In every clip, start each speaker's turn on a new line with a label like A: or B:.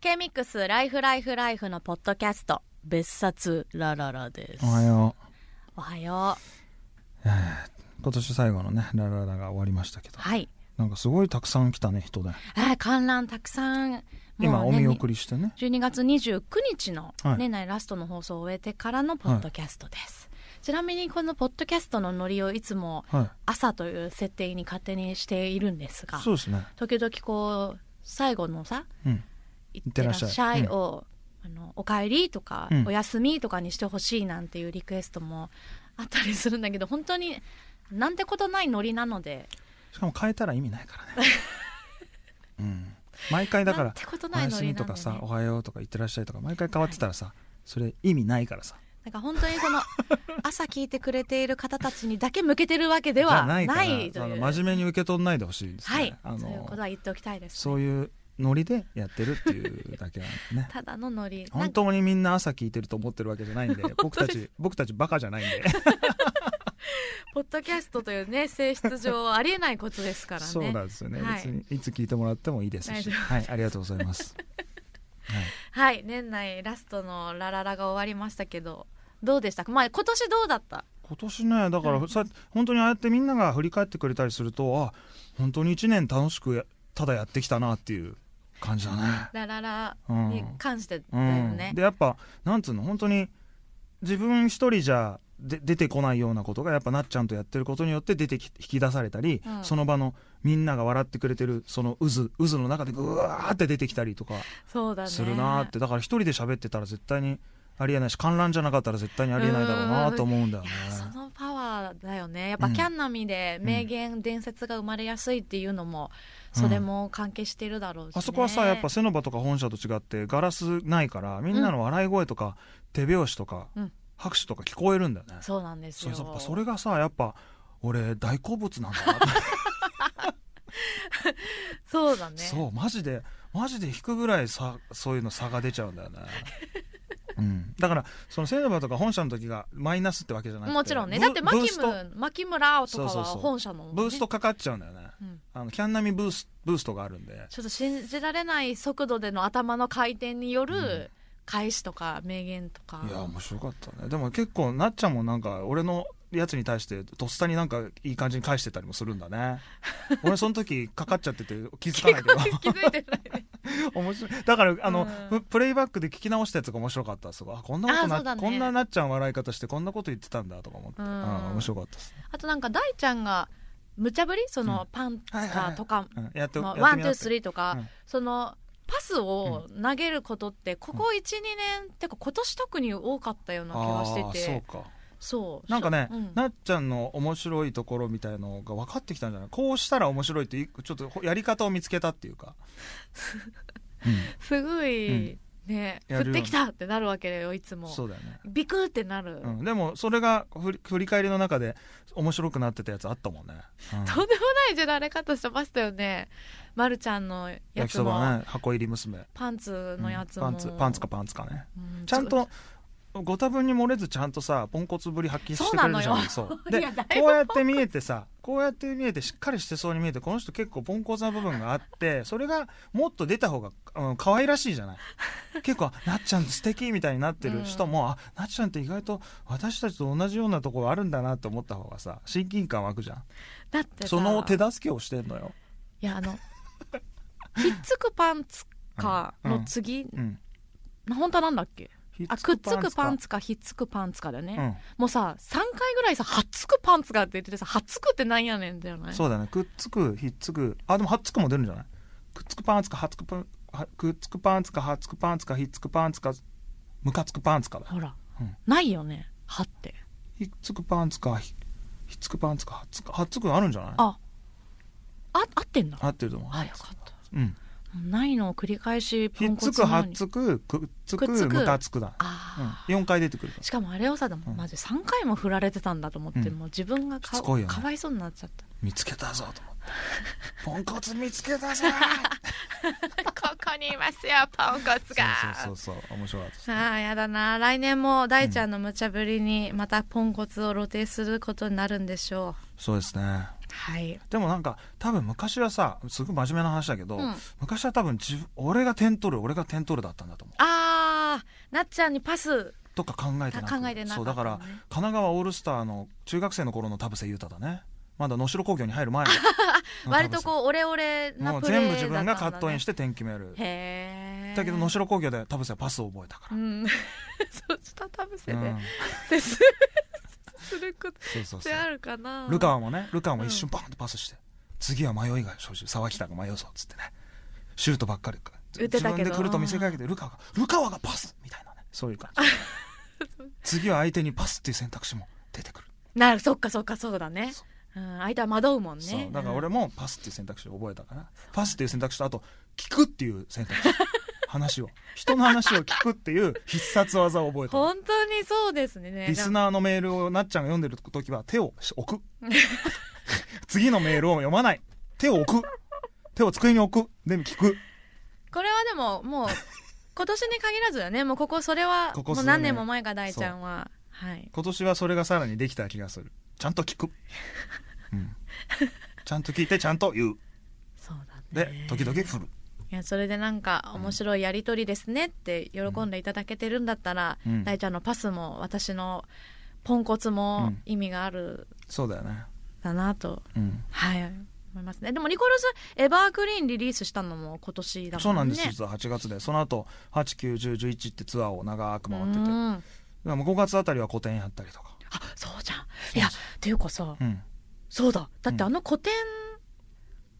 A: ケミックスライフライフライフのポッドキャスト別冊ラララです
B: おはよ
A: おはよ
B: う今年最後のねラララが終わりましたけど
A: うはい
B: なんかすごいたくさん来たね人で
A: あー観覧たくさんもう
B: 今お
A: ね
B: 見送りしてね
A: 12月29日の
B: はい
A: 年内ラストの放送を終えてからのポッドキャストです、ちなみにこのポッドキャストのノリをいつも
B: は
A: 朝という設定に勝手にしているんです
B: い
A: が
B: そうですね
A: 時々こう最後のさ
B: うん
A: 「いってらっしゃ
B: いっ
A: い
B: てらっしゃい」
A: を「あのおかえり」とか「
B: うん
A: おやすみ」とかにしてほしいなんていうリクエストもあったりするんだけど本当になんてことないノリなので
B: しかも変えたら意味ないか らねうん毎回だか
A: なん
B: ら
A: てこと
B: 「お
A: ない
B: や
A: ノ
B: す
A: リ
B: み」
A: な
B: と
A: の
B: か
A: で
B: さ「おはよう」とか「いってらっしゃい」とか毎回変わってたらさそれ意味ないからさ
A: なんか本当にそ の朝聞いてくれている方たちにだけ向けてるわけで
B: じ
A: は
B: ゃ
A: な
B: ないい
A: と
B: から
A: いう
B: あの真面目に受け取んないでほしいですね
A: はい
B: あ
A: そういうこと
B: の
A: は言っておきたいです
B: そういうノリでやってるっていうだけなん でね
A: ただのノリなん
B: 本
A: か
B: 当にみんな朝聞いてると思ってるわけじゃないんで僕たち僕たちバカじゃないんで
A: ポッドキャストというね性質上ありえないことですからね
B: そうなんですよね、
A: はい
B: 別にいつ聞いてもらってもいいです
A: 大
B: し、
A: 丈夫
B: はい、ありがとうござ います、はい、
A: はい年内ラストの「ラララ」が終わりましたけどどうでしたか、まあ、今年どうだった
B: 今年ねだからさ本当にああやってみんなが振り返ってくれたりするとあ本当に一年楽しくやただやってきたなっていう感じだね、
A: ラララ
B: うん
A: に関してだ
B: う
A: よ
B: ん
A: ね、
B: でやっぱなんつうの本当に自分一人じゃで出てこないようなことがやっぱなっちゃんとやってることによって出てき引き出されたり、
A: うん
B: その場のみんなが笑ってくれてるその渦渦の中でぐわーって出てきたりとか
A: そうだね
B: するなーってだから一人で喋ってたら絶対にありえないし観覧じゃなかったら絶対にありえないだろうなと思うんだよ
A: い
B: ね
A: や。そのパワーだよねやっぱ
B: うん
A: キャンナミで名言、伝説が生まれやすいっていうのもそれも関係してるだろうし、ね
B: あそこはさやっぱセノバとか本社と違ってガラスないからみんなの笑い声とか手拍子とか、
A: うん
B: 拍手とか聞こえるんだよね。
A: そうなんです
B: そう
A: よ
B: やっぱそれがさやっぱ俺大好物なんだな
A: そうだね
B: そうマジでマジで引くぐらいさそういうの差が出ちゃう んだよねうん、だからそのセネバとか本社の時がマイナスってわけじゃなくて
A: もちろんね
B: ブ
A: だって
B: ブー
A: 牧
B: スト
A: 村牧村とか
B: そう
A: は
B: そうそう
A: 本社のもんね、
B: ブーストかかっちゃうんだよね
A: うん
B: あのキャンナミブースブーストがあるんで
A: ちょっと信じられない速度での頭の回転によ
B: うん
A: る返しとか名言とか、
B: いや面白かったねでも結構なっちゃんもなんか俺のやつに対してとっさになんかいい感じに返してたりもするんだね俺その時かかっちゃってて気づかないけ ど
A: 気づいてないね
B: 面白いだからあの、
A: うん
B: ププレイバックで聞き直したやつが面白かったですあこんなこと
A: あそ
B: な、
A: うだね
B: こんななっちゃん笑い方してこんなこと言ってたんだとか思って、
A: うん
B: あ面白かったです、
A: あとなんか大ちゃんが無茶ぶりそのパンツ
B: はいはいは
A: か
B: い
A: とか
B: うん、やって
A: まあ
B: やっ
A: ワ
B: て
A: ン
B: み
A: ツ
B: な
A: ー
B: って
A: スリーとか、
B: うん
A: そのパスを投げることってここ12、年ってか今年特に多かったような気がしてて
B: あーそうか
A: そう
B: なんかね、
A: うん
B: なっちゃんの面白いところみたいのが分かってきたんじゃないこうしたら面白いっていうちょっとやり方を見つけたってい うか、う
A: すごい、ね
B: や
A: 降
B: るよ
A: っ
B: ね
A: てきたってなるわけだよいつ
B: ん、
A: も
B: そうだよね、
A: ビクってなる、
B: うん、でもそれが振り振り返りの中で面白くなってたやつあったもんね、うん
A: とんでもないじゃられ方してましたよね、ま、るちゃんのや
B: 焼き
A: つ
B: そ
A: も、
B: ばね箱入り娘
A: パンツ
B: うん
A: のやつも、
B: パンツパンツかパンツかね
A: う
B: ちゃんとご多分に漏れずちゃんとさポンコツぶり発揮してくれるじゃん
A: そ
B: そうう
A: なのよい
B: で
A: やだいぶ
B: こうやって見えてさこうやって見えてしっかりしてそうに見えてこの人結構ポンコツな部分があってそれがもっと出た方が、うん、可愛らしい じゃない結構なっちゃん素敵みたいになってる人も、あなっちゃんって意外と私たちと同じようなところあるんだなって思った方がさ親近感湧くじゃん
A: だってさ
B: その手助けをしてんのよ、
A: いやあの ひっつくパンツかの次、
B: うん、
A: 本当はなんだっけ
B: ひ
A: あくっつくパン
B: ツ
A: ツかひっつくパンツかだよね、
B: か、
A: もうさ3回ぐらいさ「はっつくパンツか」って言っててさ「はっつく」ってなんやねんだよ
B: う
A: ね
B: ん、そうだねくっつくひっつくあでもはっつくも出るんじゃないくっつくパンツかはっつくパンはくっつくパンツかはっつくパンツかひっつくパンツかむかつくパンツかだ
A: ほら、
B: うん
A: ないよね「は」って
B: ひっつくパンツかひひっつくパンツかはっつくはっつくあるんじゃない
A: ああ合ってんだ
B: 合ってると思う
A: あよかった
B: うん
A: ないのを繰り返しポ
B: ひ
A: ン
B: っ
A: コ
B: つ
A: ツ
B: く
A: な
B: は
A: の
B: っ
A: に
B: つくくっつ
A: くっつ
B: く
A: く
B: むかつくだうん
A: ああ、
B: 四回出てくるから
A: しかもあれをさでも
B: うん
A: マジ3回も振られてたんだと思って、
B: うん
A: もう自分がか
B: しつこいよね
A: かわいそうになっちゃった
B: 見つけたぞと思ってポンコツ見つけた ぞ
A: 「ここにいますよポンコツが」
B: そうそうそうそう面白かったですね
A: ああやだな来年も大ちゃんの無茶ぶりにまたポンコツを露呈することになるんでしょう、
B: そうですね
A: はい、
B: でもなんか多分昔はさすごい真面目な話だけど、
A: うん、
B: 昔は多分自分俺が点取る俺が点取るだったんだと思
A: あーなっちゃんにパス
B: うとか考えて
A: た
B: なく
A: 考えてなかったのね、
B: そうだから神奈川オールスターの中学生の頃の田臥勇太だねまだ能代工業に入る前
A: 割とこうオレオレ
B: うも
A: な
B: う
A: プレーだったんだ、ね、
B: 全部自分がカットインして点決める
A: へえ
B: だけど能代工業で田臥はパスを覚えたか
A: うん そう下食べせ
B: ら、うん
A: ね、ですするこ
B: そうそ
A: と
B: う
A: っ
B: そ
A: てあ
B: う
A: るかな
B: ルカワもねルカワも一瞬バンとパスして、次は迷いが生じ沢北が迷うぞっつってねシュートばっかり
A: 打て
B: 自
A: たけど
B: 分で来ると見せかけてルカワがルカワがパスみたいなねそういう感じ 次は相手にパスっていう選択肢も出てくる
A: なそっかそっかそうだねうん、相手は惑うもん
B: そ
A: ね
B: うだから俺
A: も、
B: もパスっていう選択肢を覚えたから、パスっていう選択肢とあと聞くっていう選択肢話を人の話を聞くっていう必殺技を覚えた
A: 本当にそうですね
B: リスナーのメールをなっちゃんが読んでる時は手を置く 次のメールを読まない手を置く手を机に置くでも聞く
A: これはでも もう今年に限らずだねもうここそれは
B: ここ
A: も
B: 数
A: う
B: 年
A: 何年も前が大ちゃんははい
B: 今年はそれがさらにできた気がするちゃんと聞く、うん、ちゃんと聞いてちゃんと言う
A: そうだ
B: で
A: ね
B: 時々振る、
A: いやそれでなんか面白いやり取りですねって喜んでいただけてるんだったら、
B: うん
A: 大ちゃんのパスも私のポンコツ
B: う
A: も
B: ん
A: 意味がある
B: そうだよね
A: だなと、
B: うん
A: はい思いますねでもニコルスエバーグリーンリリースしたのも今年だもんね
B: そうなんです、実は8月でその後891011ってツアーを長く回ってて
A: う
B: だか
A: ん
B: らもう5月あたりは個展やったりとか、
A: あそうじゃん
B: そう
A: いやっていうかさ
B: うん、
A: そうだだって
B: うん
A: あの古典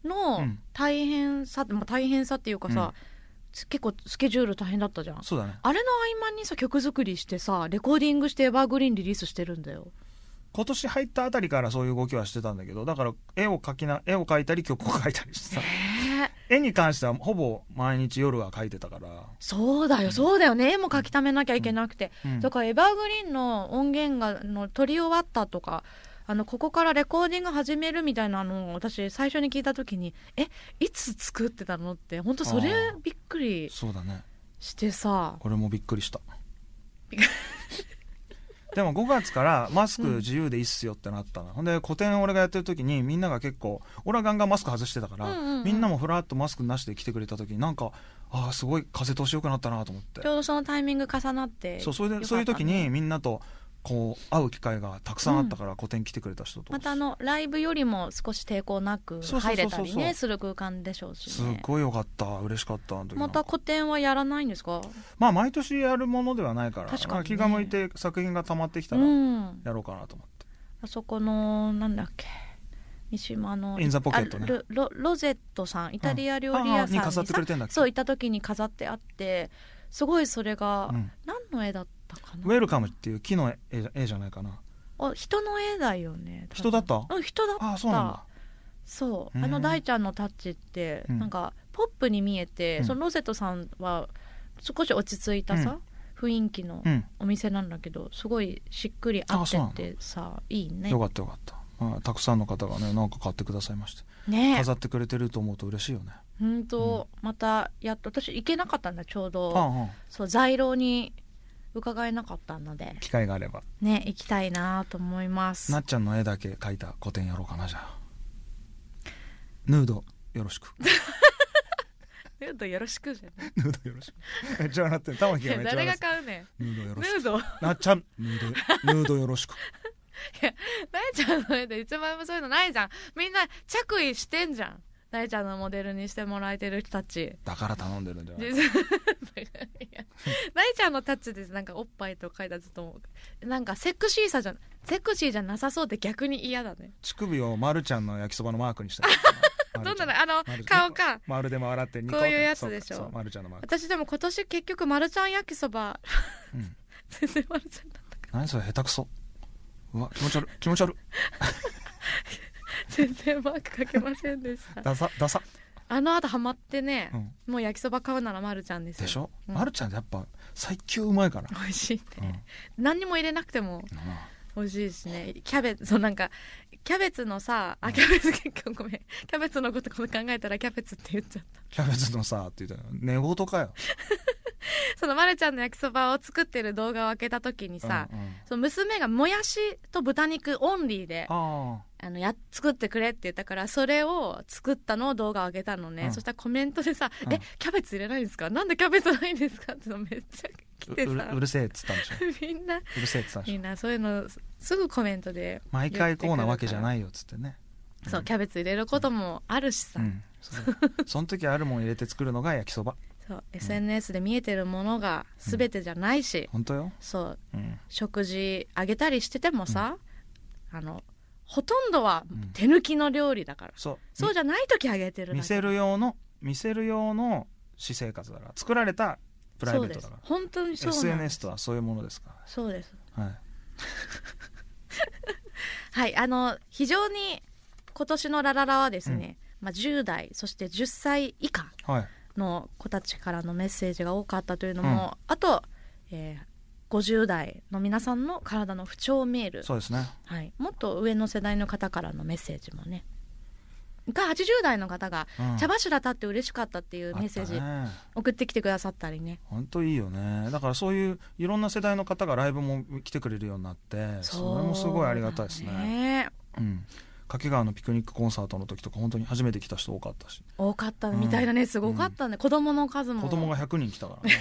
B: う
A: の
B: ん
A: 大変さ、まあ、大変さっていうかさ、つ結構スケジュール大変だったじゃん
B: そうだね
A: あれの合間にさ曲作りしてさレコーディングしてエバーグリーンリリースしてるんだよ
B: 今年入ったあたりからそういう動きはしてたんだけどだから絵を描きな絵を描いたり曲を描いたり してさ
A: え
B: 絵に関してはほぼ毎日夜は描いてたから、
A: そうだよそうだよね絵も描きためなきゃいけなくて、
B: うん
A: だからエバーグリーンの音源があの撮り終わったとかあのここからレコーディング始めるみたいなのを私最初に聞いた時にえいつ作ってたのって本当それ
B: あ
A: びっくり
B: そうだね
A: してさ
B: これもびっく りした
A: びっく
B: でも5月からマスク自由でいいっすよってなったの、ほんで個展を俺がやってる時にみんなが結構俺はガンガンマスク外してたから、
A: うんうんうん
B: みんなもふらっとマスクなしで来てくれた時になんかああすごい風通しよくなったなと思って
A: ちょうどそのタイミング重なって
B: そうそれ
A: よかった
B: で
A: ね
B: そういう時にみんなとこう会う機会がたくさんあったから、個展来てくれた人と
A: またあのライブよりも少し抵抗なく
B: そうそうそう
A: 入
B: そう
A: れたりねする空間でしょうし
B: すっ
A: ね
B: ごいよかった嬉しかったあの時な
A: ま
B: んか
A: た個展はやらないんですか
B: まあ毎年やるものではないから
A: 確かにね
B: まあ気が向いて作品が溜まってきた
A: う
B: ら
A: ん
B: やろうかなと思って。
A: あそこのなんだっけ三島の
B: インザポケットね
A: あロロロゼットさんイタリア料理屋
B: あ
A: さ
B: あ
A: んに
B: に
A: さ
B: 飾ってくれてんだっけ
A: そう行った時に飾ってあってすごいそれが、
B: うん
A: 何の絵だったかな
B: ウェルカムっていう木の絵じゃ絵じゃないかな
A: あ人の絵だよね多分
B: 人だった
A: うん人だった
B: ああそうなんだ
A: そう
B: うん
A: あの大ちゃんのタッチって、
B: うん
A: なんかポップに見えて、
B: うん
A: そのロゼットさんは少し落ち着いたさ、雰囲気の
B: うん
A: お店なんだけどすごいしっくり合って
B: あそうなんだ
A: てさいいね
B: よかったよかった、まあ、たくさんの方がねなんか買ってくださいまして
A: ね
B: 飾ってくれてると思うと嬉しいよね
A: 本当、またやっと私行けなかったんだちょう
B: あ
A: ど
B: ああ
A: そう在廊に伺えなかったので
B: あ機会があれば
A: ね行きたいなと思います
B: なっちゃんの絵だけ描いた個展やろうかなじゃあヌードよろ しく
A: ヌードよろしくじゃ
B: ヌードよろしく めっちゃ笑ってる玉木がめっちゃ
A: 誰
B: 笑っ
A: が
B: て
A: 買
B: る
A: うね
B: ヌードよ
A: ん
B: ろ
A: ヌ
B: しく
A: ード
B: なっちゃんヌードヌードよろしく
A: 大ちゃんの絵で一枚もそういうのないじゃんみんな着衣してんじゃん大ちゃんのモデルにしてもらえてる人た ち
B: だから頼んでるんじゃない
A: で大ちゃんのタッチでなんかおっぱいと書いたずっと思うなんかセクシーさじゃセクシーじゃなさそうで逆に嫌だね
B: 乳首をまるちゃんの焼きそばのマークにした
A: どんなのあの
B: まるちゃ
A: 顔
B: ん
A: か
B: まるでも笑ってニコ
A: こういうやつでしょ
B: そうかそうまるちゃんのマーク、
A: 私でも今年結局マルちゃん焼きそば
B: うん
A: 全然マルちゃんだったか
B: 何それ下手くそうわ気持ち悪い気持ち悪い
A: ら全然マークかけませんでした
B: ダサダサ、
A: あの後ハマってね
B: う、ん、
A: もう焼きそば買うならマルちゃんですよ
B: でしょ、
A: うん
B: まるちゃんやっぱ最強うまいから、
A: 美味しいね、
B: うん
A: 何にも入れなくても
B: なあ
A: 美味しいしねキャベツそうなんかキャベツのさあキャベツ結構ごめんキャベツのこと考えたらキャベツって言っちゃった
B: キャベツのさって言ったら寝言かよ、
A: そのまるちゃんの焼きそばを作ってる動画を開けた時にさ、
B: うんうん
A: その娘がもやしと豚肉オンリーで
B: あ
A: あのや作ってくれって言ったからそれを作ったのを動画を上げたのね、
B: うん
A: そしたらコメントでさ「
B: うん
A: えキャベツ入れないんですかなんでキャベツないんですか?」ってのめっちゃ
B: ー
A: 来
B: う
A: て
B: うる
A: さ
B: うるせえっつったんでしょ
A: みんな
B: うるせえっつったんで
A: み
B: しょ
A: んなそういうのすぐコメントで
B: 毎回こうなわけじゃないいよっつってね
A: そうキャベツ入れることもあるしさ、
B: うんそうその時あるもん入れて作るのが焼きそば
A: そう SNS で見えてるものが全てじゃないし、
B: 本当よ、
A: そう
B: うん、
A: 食事あげたりしててもさ、あのほとんどは
B: うん
A: 手抜きの料理だから、
B: そう
A: そうじゃない時あげてるだけ
B: 見せる用の見せる用の私生活だから作られたプライベートだから
A: そうです本当にそうなんです
B: SNS とはそういうものですか
A: そうです
B: ら、はい、
A: はいあの非常に今年の「ラララ」はですね、まあ、10代そして10歳以下
B: はい、
A: の子たちからのメッセージが多かったというのも、あと、えー50代の皆さんの体の不調メール、
B: そうですね
A: はい、もっと上の世代の方からのメッセージもねが80代の方が
B: うん
A: 茶柱立って嬉しかったっていうメッセー
B: あっ
A: ジ
B: たね
A: 送ってきてくださったりね
B: 本当いいよねだからそういういろんな世代の方がライブも来てくれるようになってそれもすごいありがたいです
A: そう
B: ね
A: だね
B: うん、掛川のピクニックコンサートの時とか本当に初めて来た人多かったし
A: 多かったみたいだね、すごかったね、子供の数も
B: 子供が100人来たか らね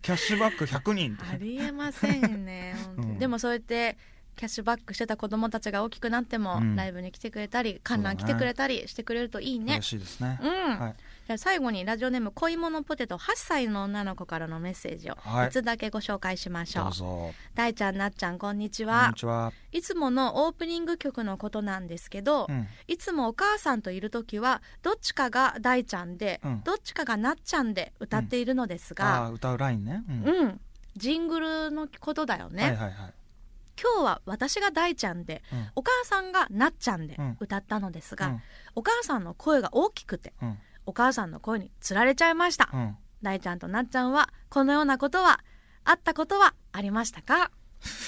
B: キャッシュバック100人って
A: ありえませんね、本当に
B: うん
A: でもそうやってキャッシュバックしてた子供たちが大きくなっても、
B: うん
A: ライブに来てくれたり観覧来てくれたりしてくれるといいね
B: 嬉しいですね
A: う、ん、
B: はい、
A: じゃあ最後にラジオネーム恋物ポテト8歳の女の子からのメッセージを
B: はい
A: いつだけご紹介しましょう,、
B: どうぞ
A: 大ちゃんなっちゃんこんにち
B: こん
A: は
B: にちはい
A: つものオープニング曲のことなんですけど、
B: うん
A: いつもお母さんといる時はどっちかが大ちゃんで、
B: うん
A: どっちかがなっちゃんで歌っているのです
B: あ
A: が、
B: あ歌うラインね、うん
A: うんジングルのことだよね、
B: はいはいはい
A: 今日は私が大ちゃんで、
B: うん
A: お母さんがなっちゃんで
B: うん
A: 歌ったのですが、
B: うん
A: お母さんの声が大きくて
B: うん
A: お母さんの声につられちゃいました、
B: うん
A: 大ちゃんとなっちゃんはこのようなことはあったことはありましたか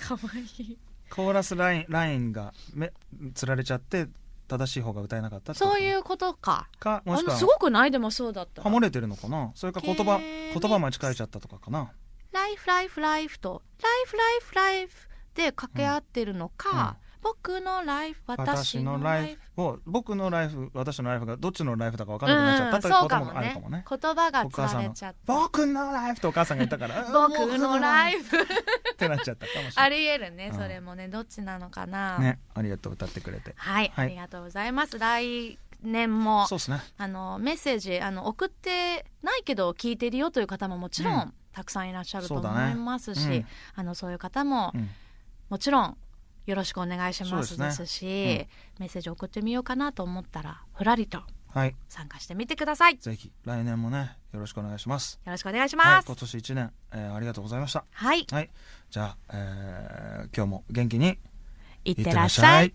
A: かわいい
B: コーラスラインラインがめつられちゃって正しい方が歌えなかったってこと
A: そういうことか
B: かも
A: あ
B: しく
A: の
B: は
A: すごくないでもそうだった
B: ハモれてるのかなそれか言葉
A: ゲー
B: 言
A: ム
B: 葉間違えちゃったとかかな
A: ライフライフライフとライフライフライフで掛け合ってるのか、僕のライフ私
B: 私
A: の
B: の
A: ラ
B: ラ
A: イ
B: イ
A: フ
B: フを僕のライフ私のライフがどっちのライフだか分かんなくなっちゃったという
A: うん、そ
B: こ
A: う
B: と
A: か
B: も
A: も
B: ある
A: ね
B: かもね
A: 言葉が
B: お
A: つ
B: 母さ
A: ら
B: ん
A: れ
B: の
A: ちゃった
B: 僕のライフとお母さんが言ったから
A: 僕のライ
B: フ
A: フ
B: ってなっちゃったかもし
A: あ
B: れない
A: りえるね、
B: うん
A: それもねどっちなのかな、
B: ねありがとう歌ってくれて
A: はい、
B: はい
A: ありがとうございます来年も
B: そうですね
A: あのメッセージあの送ってないけど聞いてるよという方ももちろん、
B: うん
A: たくさんいらっしゃると
B: そう
A: 思
B: だね
A: いますし、
B: うん
A: あのそういう方も、
B: うん
A: もちろんよろしくお願いします
B: そう
A: で
B: です
A: す
B: ね
A: しメッセージ送ってみようかなと思ったらふらりと
B: はい
A: 参加してみてくださいよ
B: ぜひ来年もねよろしくお願いします
A: ろしくお願いし
B: は
A: ま
B: い
A: す
B: 今年一年えーありがとうございました
A: はい、
B: はいじゃあえー今日も元気に
A: いってらっしゃい